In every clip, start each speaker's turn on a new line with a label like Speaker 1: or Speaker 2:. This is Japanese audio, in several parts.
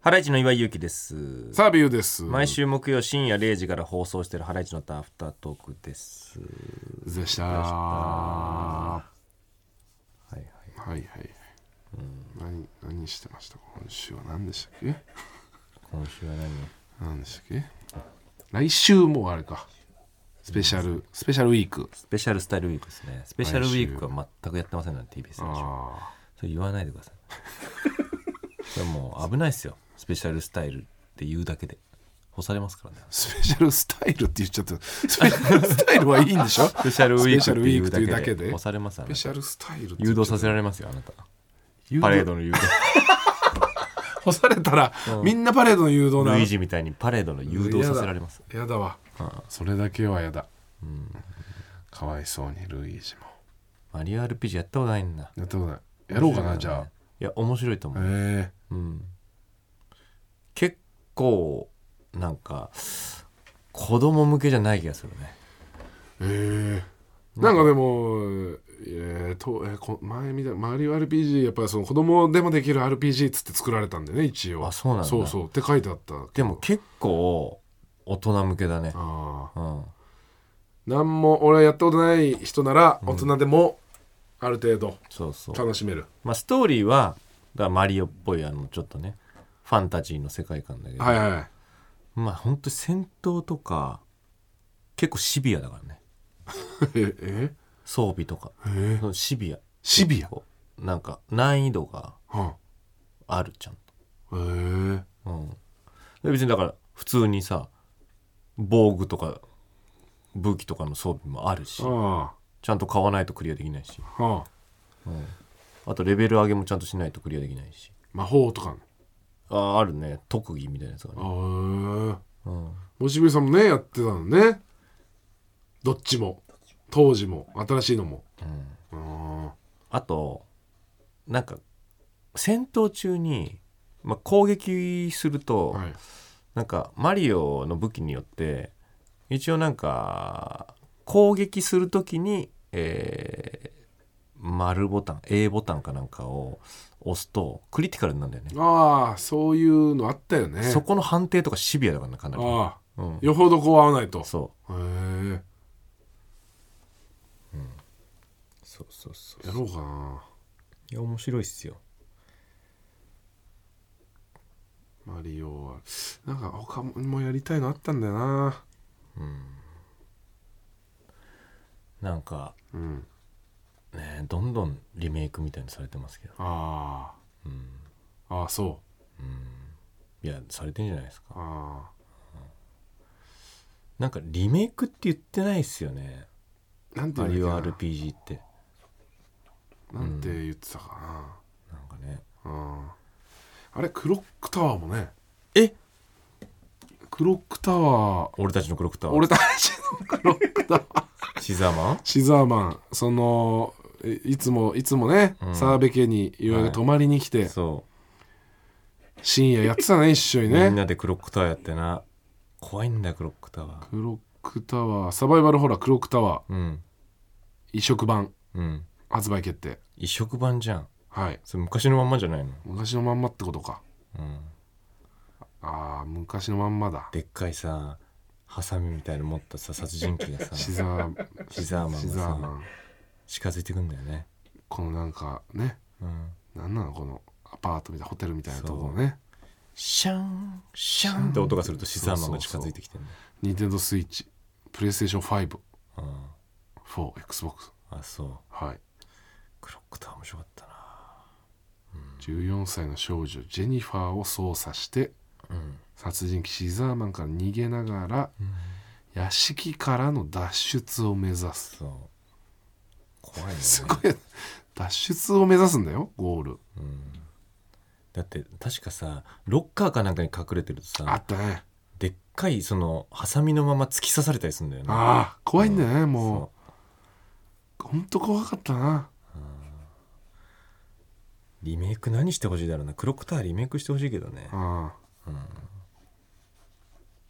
Speaker 1: ハライチの岩井ゆきです。
Speaker 2: サービューです。
Speaker 1: 毎週木曜深夜0時から放送しているハライチのターンアフタートークです。
Speaker 2: でした。は
Speaker 1: はいはい。
Speaker 2: いはい。何何してました今週は何でしたっけ？
Speaker 1: 今週は何
Speaker 2: 何でしたっけ？来週もあれか。スペシャルスペシャルウィーク。
Speaker 1: スペシャルスタイルウィークですね。スペシャルウィークは全くやってませんなんて TBS でしょ。
Speaker 2: あ
Speaker 1: それ言わないでください。それもう危ないですよ。スペシャルスタイルって言うだけで。干されますからね
Speaker 2: あ。。スペシャルスタイルって言っちゃった。スペシャルスタイルはいいんでしょ？ス
Speaker 1: スペシャルウィークって言う
Speaker 2: ペシャルウィークっていう
Speaker 1: だ
Speaker 2: だ
Speaker 1: け
Speaker 2: け
Speaker 1: で。
Speaker 2: で
Speaker 1: 干されますあな
Speaker 2: ペ
Speaker 1: た
Speaker 2: シャルスタイルって
Speaker 1: 誘
Speaker 2: 言っちゃ
Speaker 1: 導さ
Speaker 2: った
Speaker 1: せられますよ、あなた。
Speaker 2: 誘導
Speaker 1: パレードの誘導。
Speaker 2: 干されたらみんなパレードの誘導なの
Speaker 1: ルイージみたいにパレードの誘導させられます。
Speaker 2: やだやだわ、それだけはやだ、かわいそうにルイージも
Speaker 1: マリオ RPG やったことないんだ。
Speaker 2: やったことないやろうかなじゃあ
Speaker 1: いや面白いと思う、
Speaker 2: え
Speaker 1: うん、結構なんか子供向けじゃない気がするね
Speaker 2: えええなんかでもえーとえーこ前みたい周りは RPG やっぱりその子供でもできる RPG っつって作られたんでね一応
Speaker 1: あそうなんだ
Speaker 2: そうそうって書いてあった
Speaker 1: でも結構大人向けだね
Speaker 2: ああ
Speaker 1: うん
Speaker 2: 何も俺はやったことない人なら大人でもある程度
Speaker 1: そうそう、
Speaker 2: 楽しめる、
Speaker 1: まあ、ストーリーはだからマリオっぽいあのちょっとねファンタジーの世界観だけど、
Speaker 2: はいはいはい
Speaker 1: まあ本当に戦闘とか結構シビアだからね
Speaker 2: ええ
Speaker 1: 装備とか、
Speaker 2: え
Speaker 1: そのシビア
Speaker 2: シビア、
Speaker 1: こうなんか難易度が
Speaker 2: は
Speaker 1: あるちゃんと
Speaker 2: あ、ええ
Speaker 1: うん、で別にだから普通にさ防具とか武器とかの装備もあるし
Speaker 2: あ
Speaker 1: ちゃんと買わないとクリアできないし
Speaker 2: あはあ
Speaker 1: あとレベル上げもちゃんとしないとクリアできないし
Speaker 2: 魔法とか
Speaker 1: ああるね特技みたいなやつがね、
Speaker 2: あ
Speaker 1: うん、
Speaker 2: もしぐりさんもねやってたのねどっちも当時も新しいのもうん
Speaker 1: あとなんか戦闘中に、まあ、攻撃すると、
Speaker 2: はい
Speaker 1: なんかマリオの武器によって一応なんか攻撃するときに、えー丸ボタン A ボタンかなんかを押すとクリティカルになるんだよね
Speaker 2: ああそういうのあったよね
Speaker 1: そこの判定とかシビアだからねかなり、
Speaker 2: ああ
Speaker 1: うん、
Speaker 2: よほどこう合わないとへ
Speaker 1: そ
Speaker 2: え
Speaker 1: うそうそうそ
Speaker 2: やろうかない
Speaker 1: や面白いっすよ
Speaker 2: マリオはなんか他もやりたいのあったんだよな
Speaker 1: なんか
Speaker 2: うん
Speaker 1: ねどんどんリメイクみたいにされてますけど
Speaker 2: ああ、ああそう
Speaker 1: いやされてんじゃないですか
Speaker 2: あ
Speaker 1: なんかリメイクって言ってないっすよね
Speaker 2: あなんて
Speaker 1: マ
Speaker 2: い
Speaker 1: リ
Speaker 2: う
Speaker 1: オ
Speaker 2: の
Speaker 1: RPG って
Speaker 2: なんて言ってたか
Speaker 1: なんかね
Speaker 2: な、うん、あれクロックタワーもね
Speaker 1: え
Speaker 2: クロックタワー
Speaker 1: 俺たちのクロックタワー
Speaker 2: 俺たちのクロックタワー
Speaker 1: シザーマン
Speaker 2: シザーマンそのいいつもいつもね、
Speaker 1: うん
Speaker 2: 澤部家に岩井が泊まりに来て、
Speaker 1: そう
Speaker 2: 深夜やってたね一緒に
Speaker 1: みん
Speaker 2: ね
Speaker 1: なでクロックタワーやってな怖いんだよクロックタワ
Speaker 2: クロックタワーサバイバルホラークロックタワ
Speaker 1: ー
Speaker 2: ー
Speaker 1: うん
Speaker 2: 移植版
Speaker 1: うん
Speaker 2: 発売決定
Speaker 1: 移植版じゃん
Speaker 2: はい
Speaker 1: それ昔のまんまじゃないの、
Speaker 2: 昔のまんまってことか
Speaker 1: うん、
Speaker 2: ああ昔のまんまだ
Speaker 1: でっかいさハサミみたいの持ったさ殺人鬼が さ
Speaker 2: シザー
Speaker 1: シザーマンがさ
Speaker 2: シザーマン
Speaker 1: 近づいてくんだよね、
Speaker 2: このなんかね
Speaker 1: うん、
Speaker 2: なんなのこのアパートみたいなホテルみたいなところね
Speaker 1: シャンシャンって音がするとシザーマンが近づいてきてるね
Speaker 2: ニンテンドースイッチプレイステーション
Speaker 1: うん
Speaker 2: 54XBOX
Speaker 1: あそう
Speaker 2: はい
Speaker 1: クロックタワー面白かったな
Speaker 2: 14歳の少女ジェニファーを操作して
Speaker 1: うん
Speaker 2: 殺人鬼シザーマンから逃げながら、屋敷からの脱出を目指す
Speaker 1: そう怖いよね
Speaker 2: すごい脱出を目指すんだよゴール
Speaker 1: だって確かさロッカーかなんかに隠れてるとさ
Speaker 2: あったね
Speaker 1: でっかいそのハサミのまま突き刺されたりするんだよね
Speaker 2: ああ怖いんだよねも
Speaker 1: そう
Speaker 2: ほんと怖かったな
Speaker 1: うリメイク何してほしいだろうなクロックタワーリメイクしてほしいけどね
Speaker 2: ああ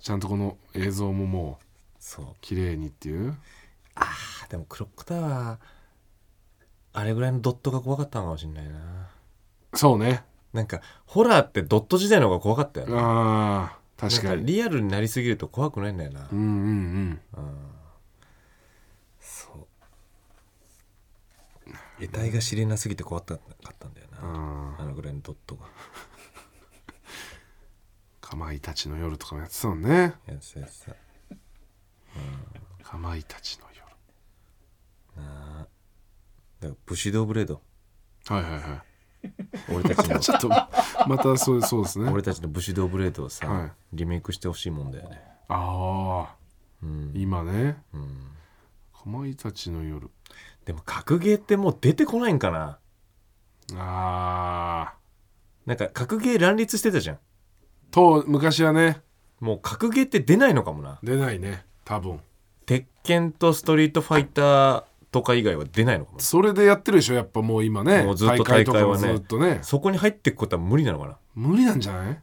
Speaker 2: ちゃんとこの映像ももう
Speaker 1: そう
Speaker 2: 綺麗にっていう
Speaker 1: あでもクロックタワーあれぐらいのドットが怖かったのかもしれないな
Speaker 2: そうね
Speaker 1: なんかホラーってドット時代の方が怖かったよね
Speaker 2: あー確か
Speaker 1: なんか
Speaker 2: に
Speaker 1: リアルになりすぎると怖くないんだよな、
Speaker 2: うんうん
Speaker 1: そう得体が知れなすぎて怖かったかったんだよ
Speaker 2: う
Speaker 1: な、
Speaker 2: んあー
Speaker 1: あのぐらいのドットが
Speaker 2: かまいたちの夜とかもやってたもんね
Speaker 1: やつやつ
Speaker 2: かまいたちの
Speaker 1: だから武士道ブレード
Speaker 2: 夜はいはいはい
Speaker 1: 俺た ちの
Speaker 2: ちょっとまたそうそうですね
Speaker 1: 俺たちの武士道ブレードをさ、
Speaker 2: はい
Speaker 1: リメイクしてほしいもんだよね
Speaker 2: ああ
Speaker 1: うん、
Speaker 2: 今ね
Speaker 1: うん、
Speaker 2: かまいたちの夜
Speaker 1: でも格ゲーってもう出てこないんかな
Speaker 2: ああ
Speaker 1: なんか格ゲー乱立してたじゃん
Speaker 2: と昔はね
Speaker 1: もう格ゲーって出ないのかもな
Speaker 2: 出ないね多分
Speaker 1: 鉄拳とストリートファイターとか以外は出ないのかもな
Speaker 2: それでやってるでしょやっぱもう今ね
Speaker 1: もうずっと大会はね
Speaker 2: 大とかもずっとね
Speaker 1: そこに入っていくことは無理なのかな
Speaker 2: 無理なんじゃない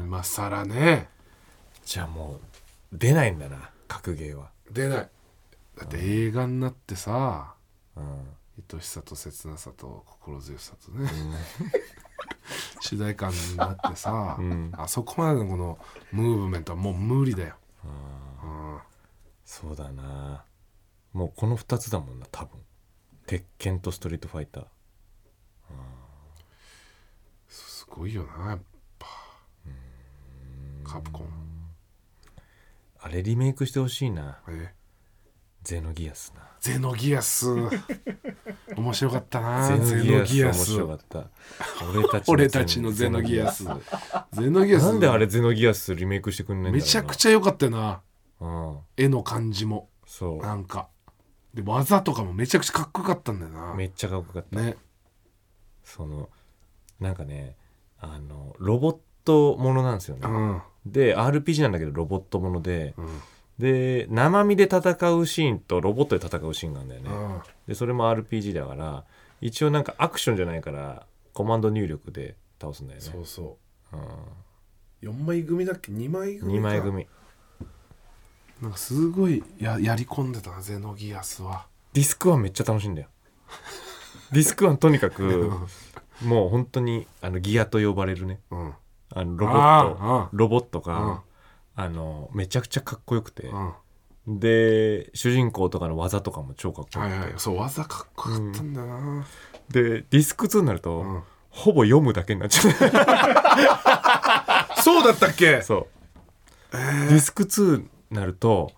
Speaker 2: 今更ね
Speaker 1: じゃあもう出ないんだな格ゲーは
Speaker 2: 出ないだって映画になってさ
Speaker 1: うん
Speaker 2: 愛しさと切なさと心強さとね、 主題歌になってさ、
Speaker 1: ん
Speaker 2: あそこまでのこのムーブメントはもう無理だよ、うん
Speaker 1: そうだなもうこの2つだもんな多分鉄拳とストリートファイター
Speaker 2: すごいよなやっぱカプコン
Speaker 1: あれリメイクしてほしいな
Speaker 2: え
Speaker 1: ゼノギアスな
Speaker 2: ゼノギ アス面白かったな
Speaker 1: ゼ
Speaker 2: ゼ
Speaker 1: ノ
Speaker 2: ノ
Speaker 1: ギ
Speaker 2: ギ
Speaker 1: ア
Speaker 2: ア
Speaker 1: ス
Speaker 2: ス
Speaker 1: 面白かった俺たち
Speaker 2: 俺たちのゼノギアスゼノギアス
Speaker 1: なんであれゼノギアスリメイクしてくんないんだろうな
Speaker 2: めちゃくちゃ良かったよな
Speaker 1: うん
Speaker 2: 絵の感じも
Speaker 1: そ
Speaker 2: なんかで技とかもめちゃくちゃかっこよかったんだよな
Speaker 1: うめっちゃかっこよかった、
Speaker 2: ね
Speaker 1: そのなんかねあのロボットものなんですよ
Speaker 2: う
Speaker 1: ね、
Speaker 2: んうん
Speaker 1: で RPG なんだけどロボットものでで生身で戦うシーンとロボットで戦うシーンがあるんだよね、
Speaker 2: うん
Speaker 1: でそれも RPG だから一応なんかアクションじゃないからコマンド入力で倒すんだよね、
Speaker 2: そうそうう4枚組だっけ2枚
Speaker 1: ん、
Speaker 2: 組
Speaker 1: 2
Speaker 2: か
Speaker 1: 枚組
Speaker 2: なんかすごいややり込んでたなゼノギアスは
Speaker 1: ディスクワンめっちゃ楽しいんだよディスクワンとに かくもう本当にあのギアと呼ばれるね
Speaker 2: うん
Speaker 1: あのロボット
Speaker 2: あ
Speaker 1: ロボットが、あのめちゃくちゃかっこよくて
Speaker 2: ー、うんうん
Speaker 1: で主人公とかの技とかも超かっこよ
Speaker 2: は
Speaker 1: くて、
Speaker 2: いはいそう技かっこよかったんだよな
Speaker 1: でディスク2になると、
Speaker 2: うん
Speaker 1: ほぼ読むだけになっちゃう
Speaker 2: そうだったっ け
Speaker 1: そう、ディスク2になると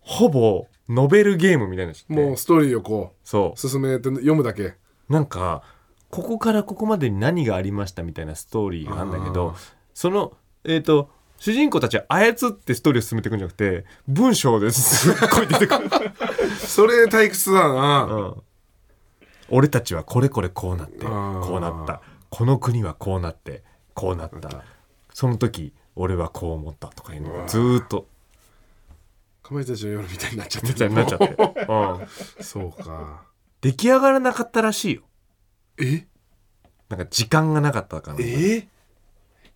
Speaker 1: ほぼノベルゲームみたいになっちゃって
Speaker 2: もうストーリーをこ
Speaker 1: そう
Speaker 2: 進めて読むだけ
Speaker 1: なんかここからここまでに何がありましたみたいなストーリーがあるんだけ
Speaker 2: あ
Speaker 1: ど
Speaker 2: ー
Speaker 1: そのえっ、と主人公たちは操ってストーリーを進めていくんじゃなくて文章ですっごい出てくる、
Speaker 2: それ退屈だ な
Speaker 1: うん俺たちはこれこれこうなって
Speaker 2: あー
Speaker 1: こうなったこの国はこうなってこうなったその時俺はこう思ったとかいうのがずーっと
Speaker 2: かまいたちの夜みたいになっちゃって
Speaker 1: みたいになっちゃ って、うん、
Speaker 2: そうか
Speaker 1: 出来上がらなかったらしいよ
Speaker 2: え
Speaker 1: なんか時間がなかったから
Speaker 2: えー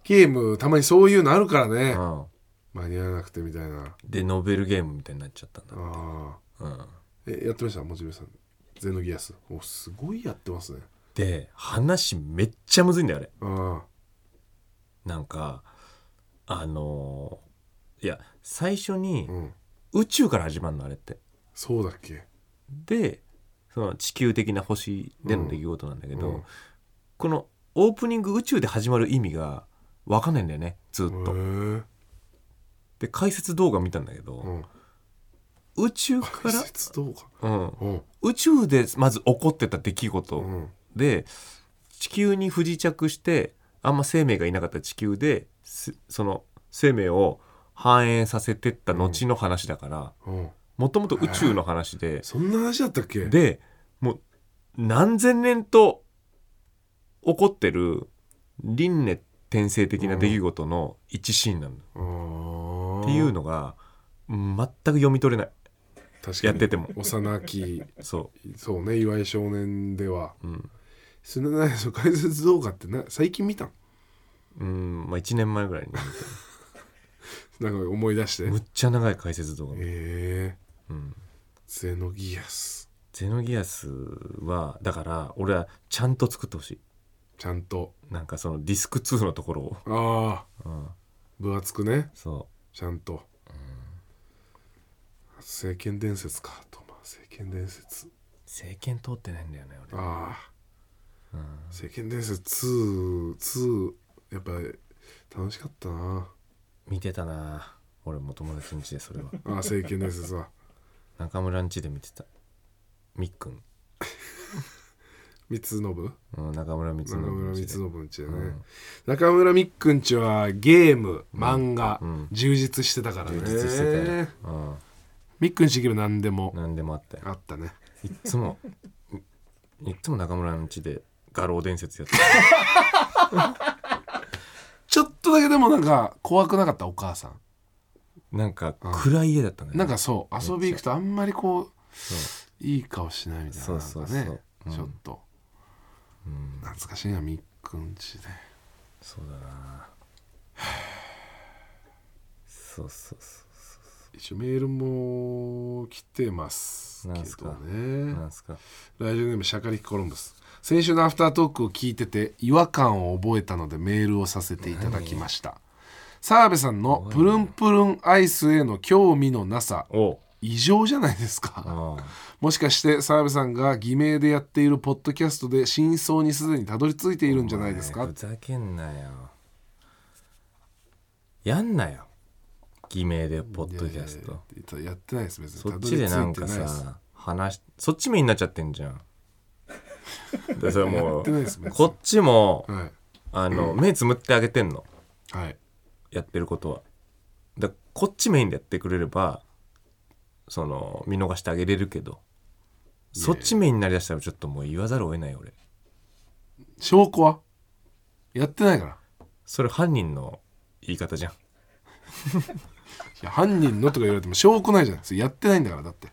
Speaker 2: ゲームたまにそういうのあるからね
Speaker 1: うん、
Speaker 2: 間に合わなくてみたいな
Speaker 1: でノベルゲームみたいになっちゃったんだ
Speaker 2: あ
Speaker 1: うん
Speaker 2: ーえやってましたモチベさんゼノギアスおすごいやってますね
Speaker 1: で話めっちゃむずいんだよあれ
Speaker 2: あ
Speaker 1: なんかあのーいや最初に
Speaker 2: あうん
Speaker 1: 宇宙から始まるのあれって
Speaker 2: そうだっけ
Speaker 1: でその地球的な星での出来事なんだけど、
Speaker 2: うんうん
Speaker 1: このオープニング宇宙で始まる意味が分かんないんだよねずっ
Speaker 2: へえ
Speaker 1: と、で解説動画見たんだけど、
Speaker 2: うん
Speaker 1: 宇宙か
Speaker 2: 解説動画
Speaker 1: ら、うん、
Speaker 2: うん
Speaker 1: 宇宙でまず起こってた出来事、
Speaker 2: うん
Speaker 1: で地球に不時着してあんま生命がいなかった地球ですその生命を繁栄させてった後の話だから
Speaker 2: うん
Speaker 1: もともと宇宙の話で
Speaker 2: そんな話だったっけ
Speaker 1: でもう何千年と起こってる輪廻転生的な出来事の一シーンなんだ、
Speaker 2: あー
Speaker 1: っていうのが全く読み取れない
Speaker 2: 確か
Speaker 1: やっ
Speaker 2: に
Speaker 1: てても
Speaker 2: 幼き
Speaker 1: そ
Speaker 2: そうね岩井少年では
Speaker 1: ううん、
Speaker 2: それなその解説動画ってな最近見たん
Speaker 1: うんまあ、1年前ぐ らいに見て
Speaker 2: なんか思い出して
Speaker 1: むっちゃ長い解説動画見た
Speaker 2: ええ
Speaker 1: うん
Speaker 2: ゼノギアス
Speaker 1: ゼノギアスはだから俺はちゃんと作ってほしい
Speaker 2: ちゃんと
Speaker 1: なんかそのディスク2のところを、
Speaker 2: あ
Speaker 1: う
Speaker 2: あ
Speaker 1: ん、
Speaker 2: 分厚くね
Speaker 1: そ
Speaker 2: ちゃんと「聖剣伝説か」とまあ「聖剣伝説
Speaker 1: う政権通ってないんだよね」俺
Speaker 2: ああ「聖剣伝説2」2やっぱり楽しかったな
Speaker 1: 見てたな俺も友達ん家でそれ は
Speaker 2: ああ「聖剣伝説は」
Speaker 1: 中村ん家で見てたみっくん、
Speaker 2: 三つ信
Speaker 1: うん、中村光
Speaker 2: 中
Speaker 1: 信
Speaker 2: 村
Speaker 1: の家
Speaker 2: 光
Speaker 1: で
Speaker 2: 信の家だね、
Speaker 1: うん
Speaker 2: 中村みっくんちはゲーム漫画、
Speaker 1: うん
Speaker 2: 充実してたからね
Speaker 1: 充実してたよ、うん、
Speaker 2: みっくんち行けば何でも
Speaker 1: 何でもあったよ
Speaker 2: あったね
Speaker 1: いっつもいっつも中村の家で画廊伝説やって
Speaker 2: ちょっとだけでもなんか怖くなかったお母さん
Speaker 1: たなんか暗い家だったね
Speaker 2: なんかそう遊び行くとあんまりこ
Speaker 1: そう
Speaker 2: いい顔しないみたいな
Speaker 1: そう
Speaker 2: なんか
Speaker 1: そう
Speaker 2: ね
Speaker 1: そううん
Speaker 2: ちょっと
Speaker 1: う、うん、
Speaker 2: 懐かしいなみっくんちで
Speaker 1: そうだな そうそうそ
Speaker 2: 一応メールも来てます
Speaker 1: なん
Speaker 2: け
Speaker 1: す
Speaker 2: ど
Speaker 1: かう
Speaker 2: ね
Speaker 1: なんすか
Speaker 2: ラジオネームシャカリキコロンブス先週のアフタートークを聞いてて違和感を覚えたのでメールをさせていただきました澤部さんのプルンプルンアイスへの興味のなさ
Speaker 1: おう
Speaker 2: 異常じゃないですか
Speaker 1: ああ
Speaker 2: もしかして澤部さんが偽名でやっているポッドキャストで真相にすでにたどり着いているんじゃないです
Speaker 1: お
Speaker 2: か
Speaker 1: 前ふざけんなよやんなよ偽名でポッドキャスト
Speaker 2: いややってないです別に
Speaker 1: そ
Speaker 2: た
Speaker 1: っ
Speaker 2: ど
Speaker 1: ち
Speaker 2: り
Speaker 1: で
Speaker 2: 着
Speaker 1: なん
Speaker 2: いて
Speaker 1: か
Speaker 2: ないです
Speaker 1: さ話しそっちメインになっちゃってんじゃ んでそれ
Speaker 2: や
Speaker 1: も
Speaker 2: ってないです別
Speaker 1: う
Speaker 2: に
Speaker 1: こっちも
Speaker 2: はい
Speaker 1: あの目つむってあげてんの
Speaker 2: はい
Speaker 1: やってることはだこっちメインでやってくれればその見逃してあげれるけどそっちメインになりだしたらちょっともう言わざるを得ない俺
Speaker 2: 証拠はやってないから
Speaker 1: それ犯人の言い方じゃん
Speaker 2: いや犯人のとか言われても証拠ないじゃないですかやってないんだからだって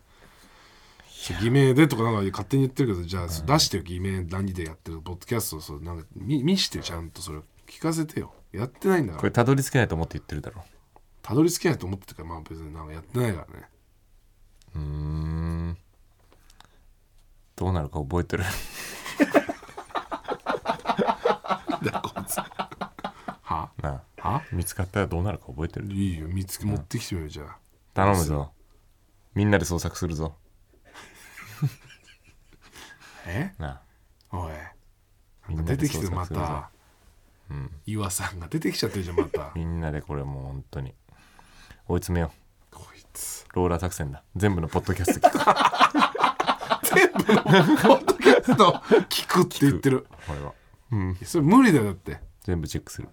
Speaker 2: 偽名でとかなんか勝手に言ってるけどじゃあ、そう出してよ偽名何でやってるポッドキャストをそうなんか見見してちゃんとそれを聞かせてよやってないんだか
Speaker 1: こ
Speaker 2: ら
Speaker 1: れたどり着けないと思って言ってるだろ
Speaker 2: たどり着けないと思ってたからまあ別になんかやってないからね
Speaker 1: うーんどうなるか覚えてる
Speaker 2: だこいつは
Speaker 1: なあ
Speaker 2: は
Speaker 1: 見つかったらどうなるか覚えてる
Speaker 2: いいよ見つけ持ってきてみようじゃあ
Speaker 1: 頼むぞみんなで捜索するぞ
Speaker 2: え
Speaker 1: な
Speaker 2: おい
Speaker 1: みん
Speaker 2: なん
Speaker 1: な
Speaker 2: か
Speaker 1: で
Speaker 2: 出てきてま
Speaker 1: 捜索するぞ
Speaker 2: た、岩さんが出てきちゃってるじゃんまた
Speaker 1: あみんなでこれもう本当に追い詰めよう
Speaker 2: こいつ
Speaker 1: ローラー作戦だ全部のポッドキャスト聞く
Speaker 2: ポッドキャスト聞くって言ってる
Speaker 1: これはい
Speaker 2: やそれ無理だよだって
Speaker 1: 全部チェックする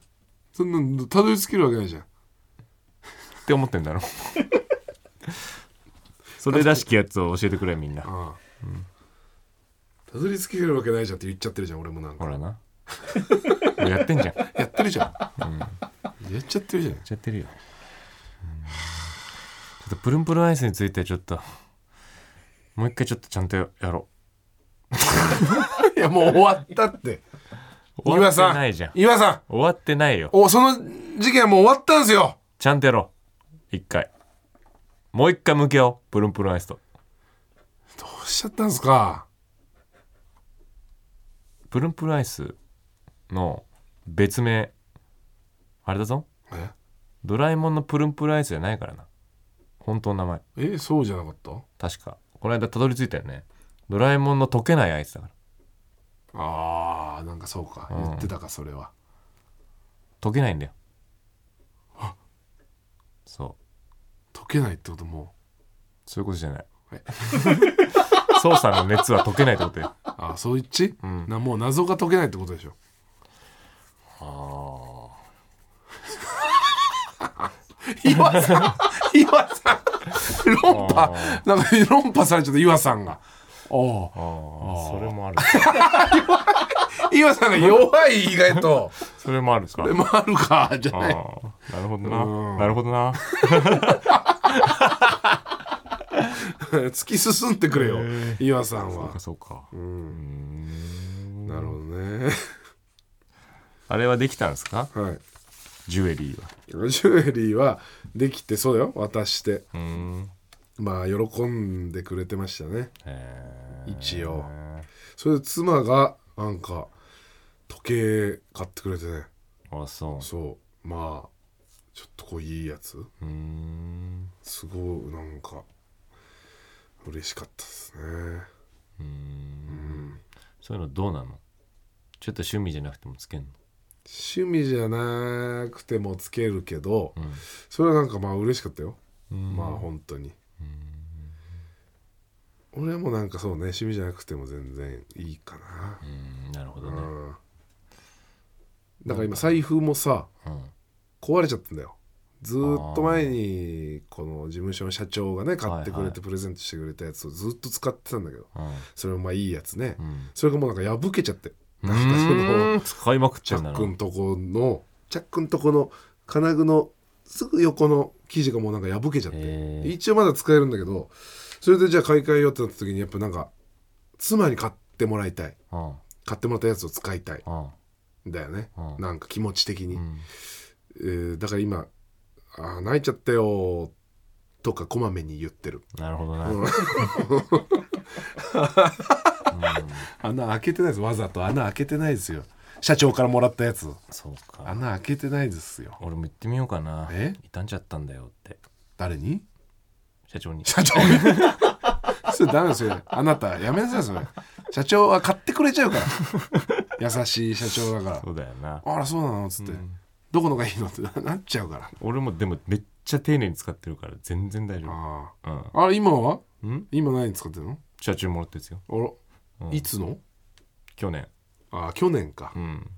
Speaker 2: そんなのたどり着けるわけないじゃん
Speaker 1: って思ってんだ ろそれらしきやつを教えてくれみんな
Speaker 2: ああたどり着けるわけないじゃんって言っちゃってるじゃん俺もなん
Speaker 1: ほ
Speaker 2: から
Speaker 1: なもうやってんじゃんや
Speaker 2: やってるじゃん、やっちゃってるじゃ
Speaker 1: っ
Speaker 2: ん
Speaker 1: ちゃってるようんちょっとプルンプルンアイスについてちょっともう一回ちょっとちゃんとやろ
Speaker 2: いやもう終わったって
Speaker 1: う終わ
Speaker 2: 岩
Speaker 1: って
Speaker 2: さん
Speaker 1: ないじゃん
Speaker 2: 岩さん
Speaker 1: 終わってないよ
Speaker 2: おその事件はもう終わったんですよ
Speaker 1: ちゃんとやろう一回もう一回向き合おうプルンプルンアイスと
Speaker 2: どうしちゃったんですか
Speaker 1: プルンプルンアイスの別名あれだぞ
Speaker 2: え
Speaker 1: ドラえもんのプルンプルンアイスじゃないからな本当の名前
Speaker 2: えそうじゃなかった
Speaker 1: 確かこの間たどり着いたよねドラえもんの溶けないアイスだから
Speaker 2: あーなんかそうか、
Speaker 1: ん
Speaker 2: 言ってたかそれは
Speaker 1: 溶けないんだよそう
Speaker 2: 解けないってことも
Speaker 1: そういうことじゃない
Speaker 2: え
Speaker 1: 操作の熱は溶けないってことよ
Speaker 2: うあーそういっち、なもう謎が解けないってことでしょ
Speaker 1: あ
Speaker 2: 岩さん 岩さん論破なんか論破されちゃった岩さんがおう
Speaker 1: あそれもある
Speaker 2: 岩さんが弱い意 外と
Speaker 1: それもあるか
Speaker 2: でもあるかじゃ
Speaker 1: あ
Speaker 2: ない
Speaker 1: ーなるほどななるほどな
Speaker 2: 突き進んでくれよ岩さんは
Speaker 1: そうか
Speaker 2: なるほどね
Speaker 1: あれはできたんですか
Speaker 2: はい
Speaker 1: ジュエリーは
Speaker 2: ジュエリーはできてそうだよ渡して
Speaker 1: うーん
Speaker 2: まあ喜んでくれてましたね
Speaker 1: え
Speaker 2: 一応
Speaker 1: ー
Speaker 2: それで妻がなんか時計買ってくれてね
Speaker 1: あそ
Speaker 2: そうまあちょっとこういいやつ
Speaker 1: ううーん
Speaker 2: すごいなんか嬉しかったですね
Speaker 1: うー
Speaker 2: うんん
Speaker 1: そういうのどうなのちょっと趣味じゃなくてもつけんの
Speaker 2: 趣味じゃなくてもつけるけど
Speaker 1: うん
Speaker 2: それはなんかまあ嬉しかったよ
Speaker 1: うん
Speaker 2: まあ本当に俺もなんかそうね趣味じゃなくても全然いいかな
Speaker 1: うんなるほど
Speaker 2: う
Speaker 1: ね
Speaker 2: んだから今財布もさ
Speaker 1: うん
Speaker 2: 壊れちゃったんだよずーっと前にこの事務所の社長がね買ってく
Speaker 1: はい
Speaker 2: れ
Speaker 1: は
Speaker 2: て
Speaker 1: い
Speaker 2: プレゼントしてくれたやつをずっと使ってたんだけど
Speaker 1: うん
Speaker 2: それもまあいいやつね
Speaker 1: うん
Speaker 2: それがもうなんか破けちゃって
Speaker 1: う
Speaker 2: なんかその
Speaker 1: ーん使いまくっ
Speaker 2: チ
Speaker 1: て
Speaker 2: ャ
Speaker 1: んだ
Speaker 2: ッ
Speaker 1: な
Speaker 2: クんとこのチャックんとこの金具のすぐ横の生地がもうなんか破けちゃって
Speaker 1: へー
Speaker 2: 一応まだ使えるんだけどそれでじゃあ買い替えようってなった時にやっぱなんか妻に買ってもらいたい
Speaker 1: うん
Speaker 2: 買ってもらったやつを使いたい
Speaker 1: うん
Speaker 2: んだよね
Speaker 1: うん
Speaker 2: なんか気持ち的に、
Speaker 1: うん
Speaker 2: えーだから今「あー泣いちゃったよ」とかこまめに言ってる
Speaker 1: なるほどな
Speaker 2: うん穴開けてないですわざと穴開けてないですよ社長からもらったやつ
Speaker 1: そうか
Speaker 2: 穴開けてないですよ
Speaker 1: 俺も言ってみようかな
Speaker 2: え
Speaker 1: 傷んじゃったんだよって
Speaker 2: 誰に
Speaker 1: 社長に
Speaker 2: 社長 それダメですよあなたやめなさいそれ社長は買ってくれちゃうから優しい社長だから
Speaker 1: そうだよな
Speaker 2: あらそうなのっつって、
Speaker 1: うん
Speaker 2: どこのがいいのってなっちゃうから
Speaker 1: 俺もでもめっちゃ丁寧に使ってるから全然大丈
Speaker 2: あ
Speaker 1: 夫うん
Speaker 2: ああれ今は
Speaker 1: うん
Speaker 2: 今何使ってるの
Speaker 1: 社長もらったやつよ
Speaker 2: あら、
Speaker 1: うん
Speaker 2: いつの
Speaker 1: 去年
Speaker 2: ああ去年か、
Speaker 1: うん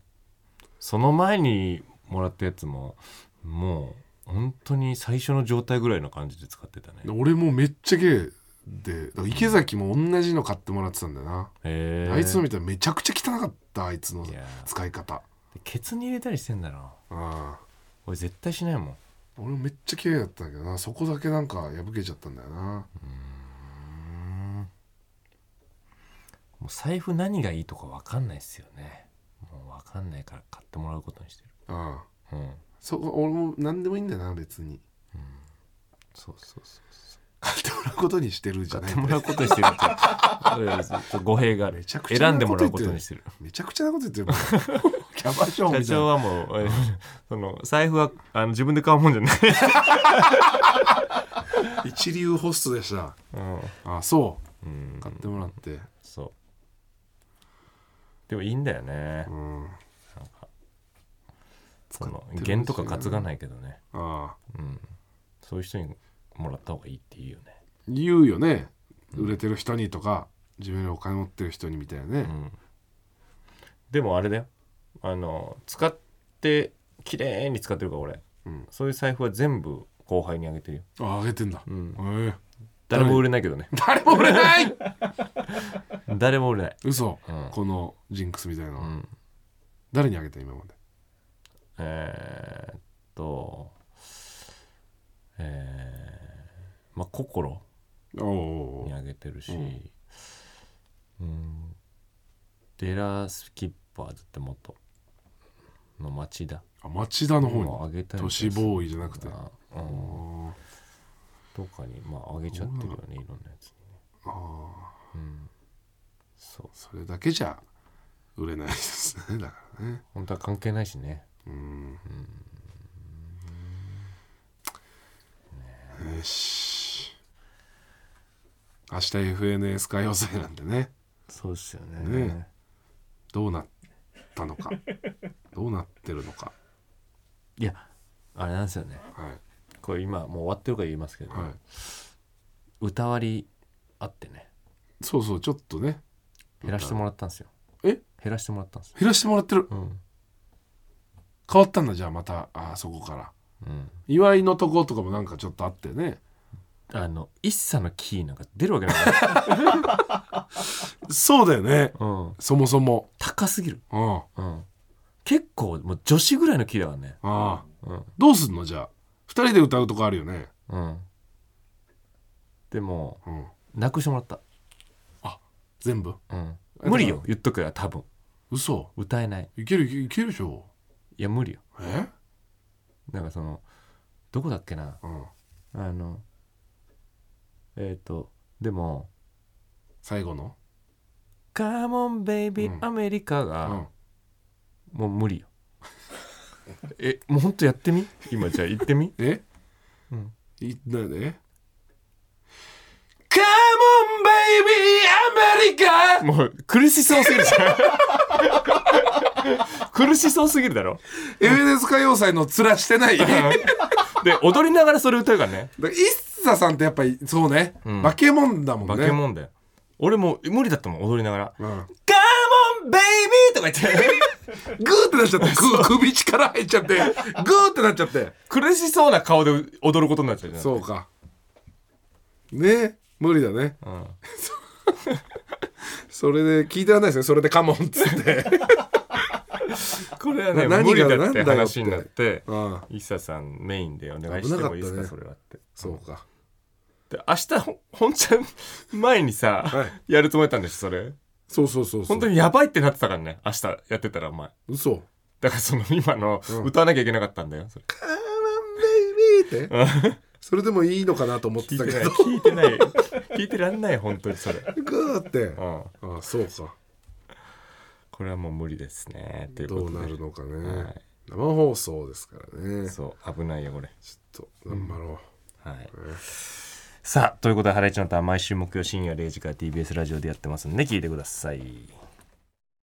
Speaker 1: その前にもらったやつももう本当に最初の状態ぐらいの感じで使ってたね
Speaker 2: 俺もめっちゃ綺麗でだから池崎も同じの買ってもらってたんだよな、
Speaker 1: へえ
Speaker 2: あいつの見たらめちゃくちゃ汚かったあいつの
Speaker 1: いやー
Speaker 2: 使い方
Speaker 1: ケツに入れたりしてんだろ
Speaker 2: ああ
Speaker 1: 俺絶対しないもん
Speaker 2: 俺もめっちゃ綺麗だったんだけどなそこだけなんか破けちゃったんだよな
Speaker 1: もう財布何がいいとか分かんないっすよねもう分かんないから買ってもらうことにしてる
Speaker 2: ああ
Speaker 1: うん
Speaker 2: そこ俺も何でもいいんだよな別に
Speaker 1: そうそうそうそ
Speaker 2: 買ってもらうことにしてるじゃ
Speaker 1: う
Speaker 2: な
Speaker 1: 買
Speaker 2: い
Speaker 1: っ
Speaker 2: ん
Speaker 1: ても
Speaker 2: だ
Speaker 1: ら
Speaker 2: よ
Speaker 1: うことにしてるって語弊があ
Speaker 2: め
Speaker 1: る
Speaker 2: ちゃくちゃな
Speaker 1: 選んでもらうことにしてる
Speaker 2: めちゃくちゃなこと言ってるもんキャバ嬢みたい
Speaker 1: 社
Speaker 2: な
Speaker 1: 長はもうえその財布はあの自分で買うもんじゃない、
Speaker 2: 一流ホストでした
Speaker 1: うん
Speaker 2: ああそううん買ってもらって
Speaker 1: そうでもいいんだよね
Speaker 2: う
Speaker 1: な
Speaker 2: ん
Speaker 1: んかその
Speaker 2: 使ってるし
Speaker 1: 弦とか担がないけどね、
Speaker 2: ああ
Speaker 1: うん、そういう人にもらった方がいいって言うよね
Speaker 2: 言うよね売れてる人にとか自分のお金持ってる人にみたいなね、
Speaker 1: うんでもあれだよあの使って綺麗に使ってるから俺、
Speaker 2: うん
Speaker 1: そういう財布は全部後輩にあげてるよ、
Speaker 2: あああげてんだ、
Speaker 1: うん、
Speaker 2: ええ
Speaker 1: 誰も売れないけ どね
Speaker 2: 誰も売れない
Speaker 1: 誰も売れない、
Speaker 2: 嘘、
Speaker 1: うん
Speaker 2: このジンクスみたいなの、
Speaker 1: うん、
Speaker 2: 誰にあげた今まで
Speaker 1: えー、っとえー、まあ心
Speaker 2: おうおうお
Speaker 1: に
Speaker 2: う
Speaker 1: あげてるし、う
Speaker 2: う
Speaker 1: んデラスキッパーズって元の町田
Speaker 2: あ町田の
Speaker 1: も
Speaker 2: 方
Speaker 1: あげた
Speaker 2: に
Speaker 1: り
Speaker 2: 都市ボーイじゃなくて
Speaker 1: あ
Speaker 2: あ
Speaker 1: うん
Speaker 2: ー
Speaker 1: とかにまああげちゃってるよねいろんなやつにね
Speaker 2: あ
Speaker 1: うんそう
Speaker 2: ーそれだけじゃ売れないですねだからね
Speaker 1: 本当は関係ないしね
Speaker 2: うんよし明日 FNS 歌謡祭なんでね
Speaker 1: そうっすよね
Speaker 2: ねどうなったのか どうなってるのか
Speaker 1: いやあれなんですよね
Speaker 2: はい
Speaker 1: これ今もう終わってるから言いますけど、
Speaker 2: はい
Speaker 1: 歌割りあってね
Speaker 2: そうそうちょっとね
Speaker 1: 減らしてもらったんですよ
Speaker 2: え
Speaker 1: 減らしてもらったんですよ
Speaker 2: 減らしてもらってる
Speaker 1: うん
Speaker 2: 変わったんだじゃあまたあーそこから
Speaker 1: うん
Speaker 2: 祝いのとことかもなんかちょっとあってね
Speaker 1: あの一茶のキーなんか出るわけないから、
Speaker 2: そうだよね
Speaker 1: うん、
Speaker 2: そもそも
Speaker 1: 高すぎる、
Speaker 2: うんあ
Speaker 1: うん、結構もう女子ぐらいのキーだからね
Speaker 2: あ
Speaker 1: うん
Speaker 2: どうすんのじゃあ二人で歌うとこあるよね
Speaker 1: うんでも
Speaker 2: うん
Speaker 1: なくしてもらった
Speaker 2: 全部
Speaker 1: うん
Speaker 2: え
Speaker 1: 無理
Speaker 2: だ
Speaker 1: よ言っとくよ多分
Speaker 2: 嘘
Speaker 1: 歌えない
Speaker 2: いけるいけいけるでしょ
Speaker 1: いや無理よ
Speaker 2: え
Speaker 1: なんかそのどこだっけな
Speaker 2: うん
Speaker 1: あのえっ、とでも
Speaker 2: 最後の
Speaker 1: 「Come on baby
Speaker 2: うん
Speaker 1: America」
Speaker 2: う
Speaker 1: が
Speaker 2: ん
Speaker 1: もう無理よ えもうほんとやってみ今じゃあ言ってみ
Speaker 2: え
Speaker 1: うん
Speaker 2: いなんで Come on baby America
Speaker 1: もう苦しそうすぎるじゃん苦しそうすぎるだろ
Speaker 2: FNS 歌謡祭の面してない
Speaker 1: で踊りながらそれ歌うからね
Speaker 2: だから ISSA さんってやっぱりそうね、
Speaker 1: ん
Speaker 2: 化け物だもんね
Speaker 1: 化け物だよ俺もう無理だったもん踊りながら
Speaker 2: うん、グ
Speaker 1: 「ガーモンベイビー!」とか言って
Speaker 2: ーってなっ ちゃってグー首力入っちゃってグーってなっちゃって
Speaker 1: 苦しそうな顔で踊ることになっちゃうじゃん
Speaker 2: そうかね無理だね
Speaker 1: う、ん、
Speaker 2: それで聞いてらんないですねそれでカモンっつって、
Speaker 1: これはね
Speaker 2: な何が
Speaker 1: 無理だ
Speaker 2: な
Speaker 1: っ
Speaker 2: んだよ
Speaker 1: て
Speaker 2: って
Speaker 1: 話になって
Speaker 2: うん、
Speaker 1: 「イサさんメインでお願いしてもいいですかそ
Speaker 2: 危なかったね
Speaker 1: れは」って
Speaker 2: そうか
Speaker 1: で明日ほ本ちゃん前にさ、
Speaker 2: はい
Speaker 1: やるつもりだったんでしょそれ
Speaker 2: そうそうそうそう
Speaker 1: 本当にやばいってなってたからね明日やってたらお前
Speaker 2: 嘘
Speaker 1: だからその今の
Speaker 2: うん
Speaker 1: 歌わなきゃいけなかったんだよ それ
Speaker 2: カモンベイビーってそれでもいいのかなと思っ
Speaker 1: 聞
Speaker 2: て
Speaker 1: い
Speaker 2: た
Speaker 1: て
Speaker 2: け
Speaker 1: ない
Speaker 2: ど
Speaker 1: 聞いてない 聞いてらんない本当にそれ、う
Speaker 2: グーって
Speaker 1: ん、
Speaker 2: あそうか
Speaker 1: これはもう無理ですねというこ
Speaker 2: ど
Speaker 1: と
Speaker 2: う
Speaker 1: で
Speaker 2: なるのかね、
Speaker 1: はい
Speaker 2: 生放送ですからねちょっ
Speaker 1: そう危ないよこれ
Speaker 2: と頑張ろ
Speaker 1: はい、
Speaker 2: う、ね
Speaker 1: さあということで「ハライチのターン」毎週木曜深夜0時から TBS ラジオでやってますんで聞いてください。